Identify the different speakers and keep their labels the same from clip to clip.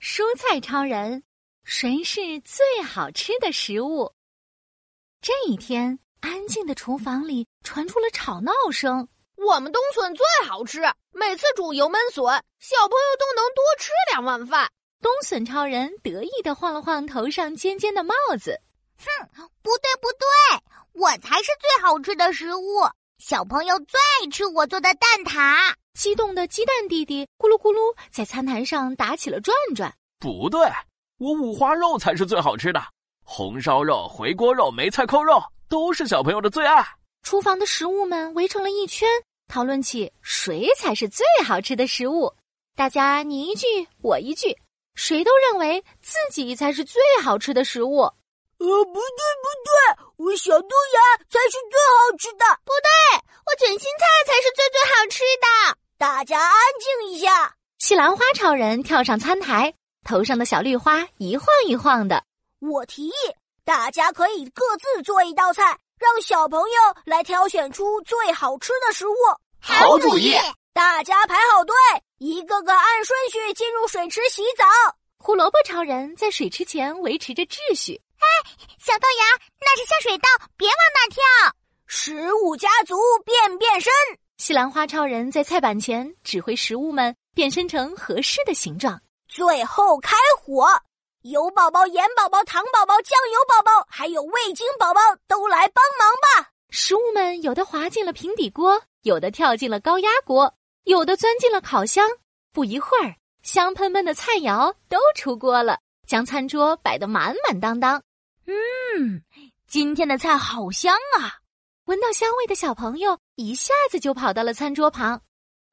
Speaker 1: 蔬菜超人，谁是最好吃的食物？这一天，安静的厨房里传出了吵闹声。
Speaker 2: 我们冬笋最好吃，每次煮油焖笋，小朋友都能多吃两碗饭。
Speaker 1: 冬笋超人得意的晃了晃头上尖尖的帽子。
Speaker 3: 哼，不对不对，我才是最好吃的食物，小朋友最爱吃我做的蛋挞。
Speaker 1: 激动的鸡蛋弟弟咕噜咕噜在餐盘上打起了转转。
Speaker 4: 不对，我五花肉才是最好吃的，红烧肉、回锅肉、梅菜扣肉都是小朋友的最爱。
Speaker 1: 厨房的食物们围成了一圈，讨论起谁才是最好吃的食物。大家你一句我一句，谁都认为自己才是最好吃的食物。
Speaker 5: 呃，不对不对，我小豆芽才是最好吃的。
Speaker 3: 不对，我卷心菜才是最最好吃的。
Speaker 5: 大家安静一下。
Speaker 1: 西兰花超人跳上餐台，头上的小绿花一晃一晃的。
Speaker 5: 我提议，大家可以各自做一道菜，让小朋友来挑选出最好吃的食物。
Speaker 4: 好主意！
Speaker 5: 大家排好队，一个个按顺序进入水池洗澡。
Speaker 1: 胡萝卜超人在水池前维持着秩序。
Speaker 3: 小豆芽，那是下水道，别往那跳！
Speaker 5: 食物家族变变身，
Speaker 1: 西兰花超人在菜板前指挥食物们变身成合适的形状。
Speaker 5: 最后开火，油宝宝、盐宝宝、糖宝宝、酱油宝宝，还有味精宝宝都来帮忙吧！
Speaker 1: 食物们有的滑进了平底锅，有的跳进了高压锅，有的钻进了烤箱。不一会儿，香喷喷的菜肴都出锅了，将餐桌摆得满满当当。
Speaker 3: 嗯，今天的菜好香啊！
Speaker 1: 闻到香味的小朋友一下子就跑到了餐桌旁。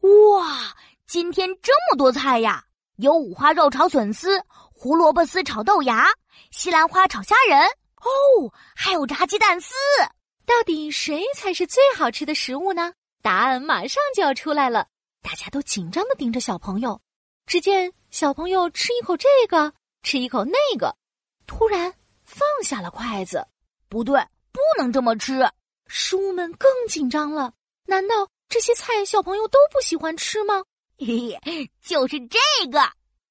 Speaker 3: 哇，今天这么多菜呀！有五花肉炒笋丝，胡萝卜丝炒豆芽，西兰花炒虾仁，哦，还有炸鸡蛋丝。
Speaker 1: 到底谁才是最好吃的食物呢？答案马上就要出来了，大家都紧张的盯着小朋友。只见小朋友吃一口这个，吃一口那个，突然。放下了筷子，
Speaker 3: 不对，不能这么吃！
Speaker 1: 食物们更紧张了。难道这些菜小朋友都不喜欢吃吗？
Speaker 3: 嘿嘿，就是这个！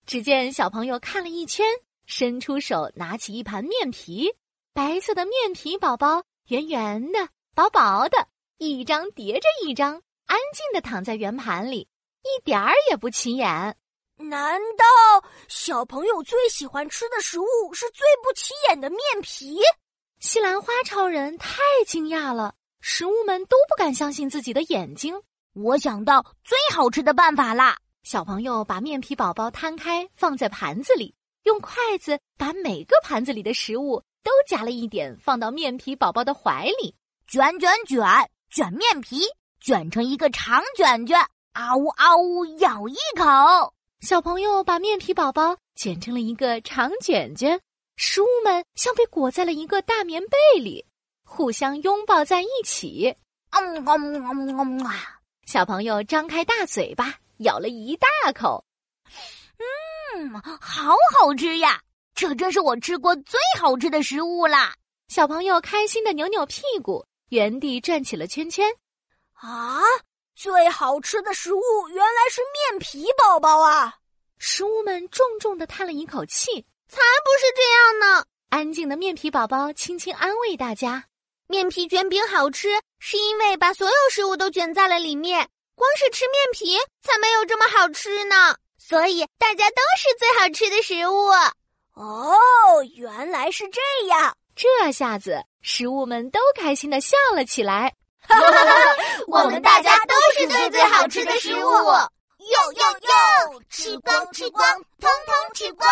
Speaker 1: 只见小朋友看了一圈，伸出手拿起一盘面皮，白色的面皮宝宝圆圆的、薄薄的，一张叠着一张，安静的躺在圆盘里，一点儿也不起眼。
Speaker 5: 难道小朋友最喜欢吃的食物是最不起眼的面皮？
Speaker 1: 西兰花超人太惊讶了，食物们都不敢相信自己的眼睛。
Speaker 3: 我想到最好吃的办法啦！
Speaker 1: 小朋友把面皮宝宝摊开放在盘子里，用筷子把每个盘子里的食物都夹了一点，放到面皮宝宝的怀里，
Speaker 3: 卷卷卷卷面皮，卷成一个长卷卷，啊呜啊呜咬一口。
Speaker 1: 小朋友把面皮宝宝卷成了一个长卷卷，食物们像被裹在了一个大棉被里，互相拥抱在一起。
Speaker 3: 嗯嗯嗯嗯啊！
Speaker 1: 小朋友张开大嘴巴，咬了一大口。
Speaker 3: 嗯，好好吃呀！这真是我吃过最好吃的食物啦！
Speaker 1: 小朋友开心的扭扭屁股，原地转起了圈圈。
Speaker 5: 啊！最好吃的食物原来是面皮宝宝啊！
Speaker 1: 食物们重重的叹了一口气：“
Speaker 2: 才不是这样呢！”
Speaker 1: 安静的面皮宝宝轻轻安慰大家：“
Speaker 2: 面皮卷饼好吃，是因为把所有食物都卷在了里面。光是吃面皮才没有这么好吃呢。所以大家都是最好吃的食物。”
Speaker 5: 哦，原来是这样！
Speaker 1: 这下子，食物们都开心的笑了起来。
Speaker 2: 哈哈哈！我们大家都是最最好吃的食物，哟
Speaker 6: 哟哟！吃光吃光，通通吃光！